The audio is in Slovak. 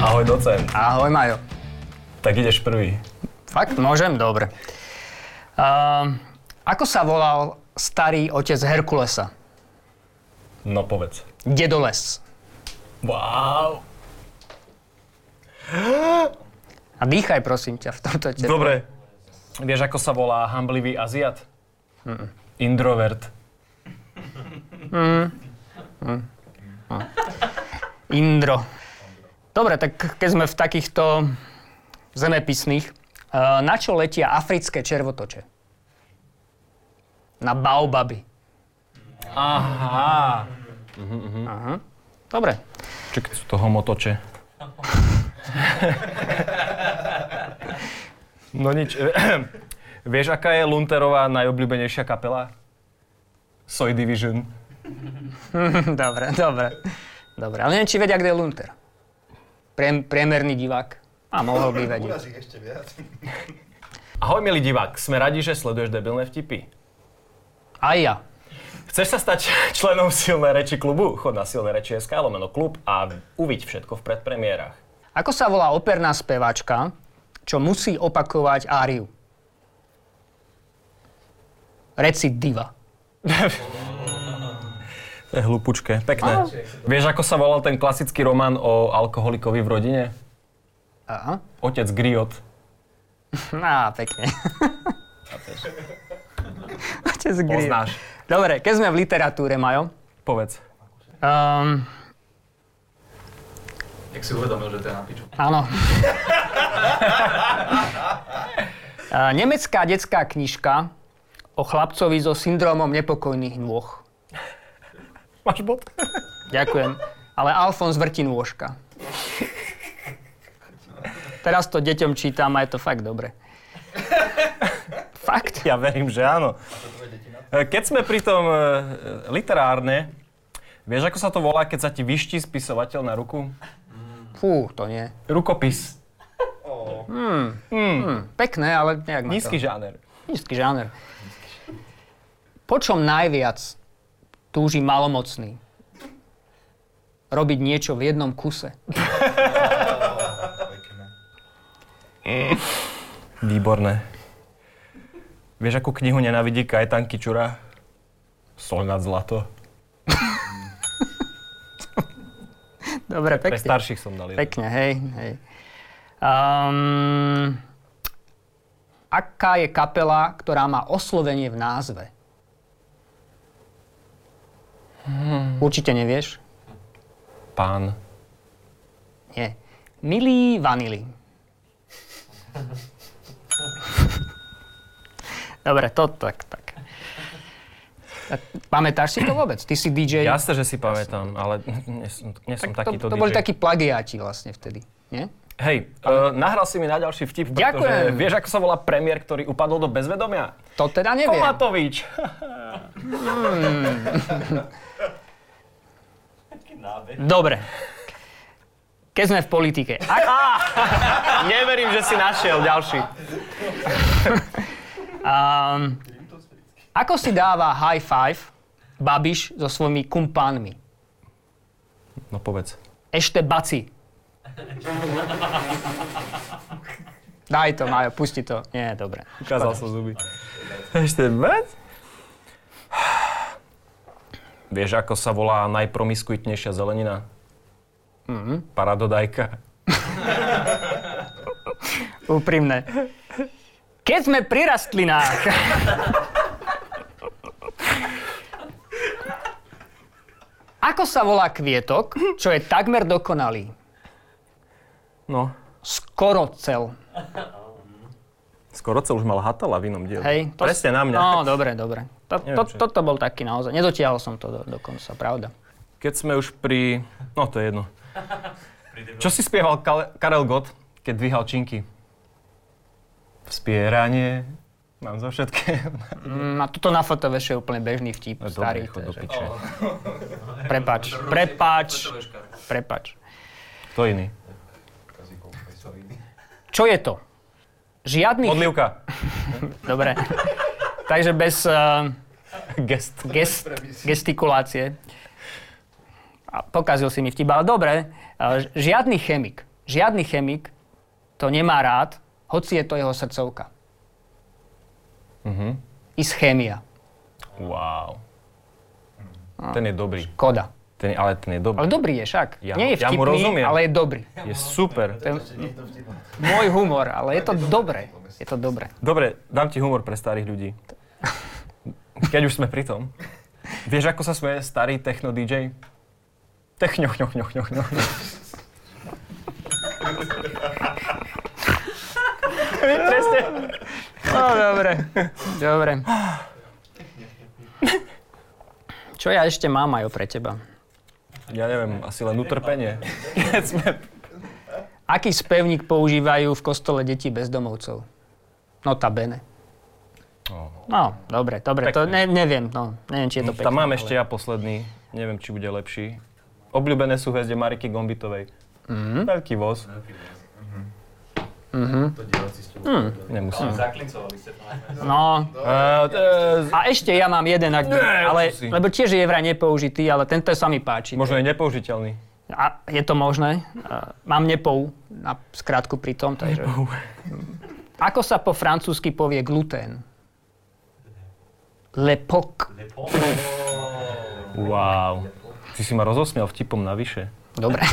Ahoj, docent. Ahoj Majo. Tak ideš prvý. Fakt? Môžem? Dobre. Uh, ako sa volal starý otec Herkulesa? No povedz. Dedoles. Wow. A dýchaj prosím ťa v tomto teple. Dobre. Vieš, ako sa volá hamblivý Aziat? Indrovert. Indro. Dobre, tak keď sme v takýchto zemepisných, uh, na čo letia africké červotoče? Na baobaby. Aha. Dobre. Čo keď sú to homotoče? no nič. Vieš, aká je Lunterová najobľúbenejšia kapela? Soy Division. dobre, dobre. Dobre, ale neviem, či vedia, kde je Lunter. Priem, priemerný divák. A mohol by vedieť. Urazí ešte viac. Ahoj, milý divák. Sme radi, že sleduješ debilné vtipy. Aj ja. Chceš sa stať členom Silné reči klubu? Chod na silné reči SK, lomeno klub a uviď všetko v predpremiérach. Ako sa volá operná speváčka, čo musí opakovať áriu? Recidiva. To je hlupučké, pekné. Vieš, ako sa volal ten klasický román o alkoholikovi v rodine? Aha. Otec Griot. Á, pekne. Otec Grimm. Poznáš. Dobre, keď sme v literatúre, Majo. Povedz. Um, Jak si uvedomil, že to je na piču. áno. Eh, Nemecká detská knižka o chlapcovi so syndromom nepokojných nôh. Máš bod? Ďakujem. Ale Alfons vrti nôžka. Teraz to deťom čítam a je to fakt dobre. Fakt? Ja verím, že áno. E, Keď sme pri tom e, literárne, vieš, ako sa to volá, keď sa ti vyští spisovateľ na ruku? Fú, to nie. Rukopis. Pekné, ale nejak ma to- Nízky žáner. Nízky žáner. Po čom najviac túži malomocný? Robiť niečo v jednom kuse. Výborné. Vieš, akú knihu nenávidí Kajetan Kičura? Sol nad zlato. Dobre, Pre pekne. starších som dal jeden. Pekne, hej, hej. Um, aká je kapela, ktorá má oslovenie v názve? Určite nevieš? Pán. Nie. Milý vanily. Dobre, to tak, tak. Tak Pamätáš si to vôbec? Ty si DJ. Jasné, že si pamätám, ale nie som, nie som to, takýto to DJ. boli takí plagiáti vlastne vtedy, nie? Hej, uh, nahral si mi na ďalší vtip, pretože Ďakujem. vieš, ako sa volá premiér, ktorý upadol do bezvedomia? To teda neviem. Komatovič. Dobre. Keď sme v politike. A- Neverím, že si našiel ďalší. ako si dáva high five Babiš so svojimi kumpánmi? No povedz. Ešte baci. Daj to, Majo, pusti to. Nie, dobre. Ukázal som zuby. Ešte vec? Vieš, ako sa volá najpromiskuitnejšia zelenina? Mhm. Mm-hmm. Paradodajka. Úprimné. Keď sme pri rastlinách... Ako sa volá kvietok, čo je takmer dokonalý? No. Skoro cel. Skoro cel už mal hatala v inom diele. Hej? To- Presne na mňa. No, dobre, dobre. To, Neviem, to, čo- toto bol taký naozaj. Nedotiahol som to do, do konca, pravda. Keď sme už pri... No, to je jedno. Čo si spieval Kale- Karel Gott, keď dvíhal činky? Vspieranie. Mám zo všetkého. Mhm. Mm, a toto na fotoveše je úplne bežný No, vtip, starý. chod do to je, že- piče. Prepač, prepač, prepač. Kto iný? Čo je to? Žiadny... Odlivka. Dobre. Takže bez... eh, Gest. gest, gestikulácie. A pokazil si mi vtip, ale dobre, e, ž- Eh, žiadny chemik, Žiadny chemik to nemá rád, hoci je to jeho srdcovka. Mhm. Mm-hmm. Ischémia. Wow. Ten je dobrý. Koda. Ten, ale ten je dobrý. Ale dobrý je však. Ja- Nie je ja mu vtipný, rozumiem. ale je dobrý. Je super. To je môj humor, ale je to dobré. Je to dobré. Dobre, dám ti humor pre starých ľudí. Keď už sme pri tom. Vieš, ako sa smeje starý techno-DJ? Techňoch, ňoch, ňoch, ňoch, ňoch. No, dobre. Dobre. Čo ja ešte mám aj pre teba? Ja neviem, asi len utrpenie. Keď sme... Aký spevník používajú v kostole deti bezdomovcov? Nota bene. No, dobre, dobre, to ne, neviem, no, neviem, či je to pekné. Tam mám ale- ešte ja posledný. Neviem, či bude lepší. Obľúbené sú hviezde Mariky Gombitovej. Veľký voz. Mhm. To dielací stôl. Nemusím. Zaklincovali ste to. No, Uh, a ešte ja mám jeden, ak, Nie, ale, si. lebo tiež je vraj nepoužitý, ale tento sa mi páči. možno je nepoužiteľný. A je to možné? A mám nepou, na skrátku pri tom, takže... Ako sa po francúzsky povie gluten? Lepok. Wow. Si si ma rozosmial vtipom navyše. Dobre.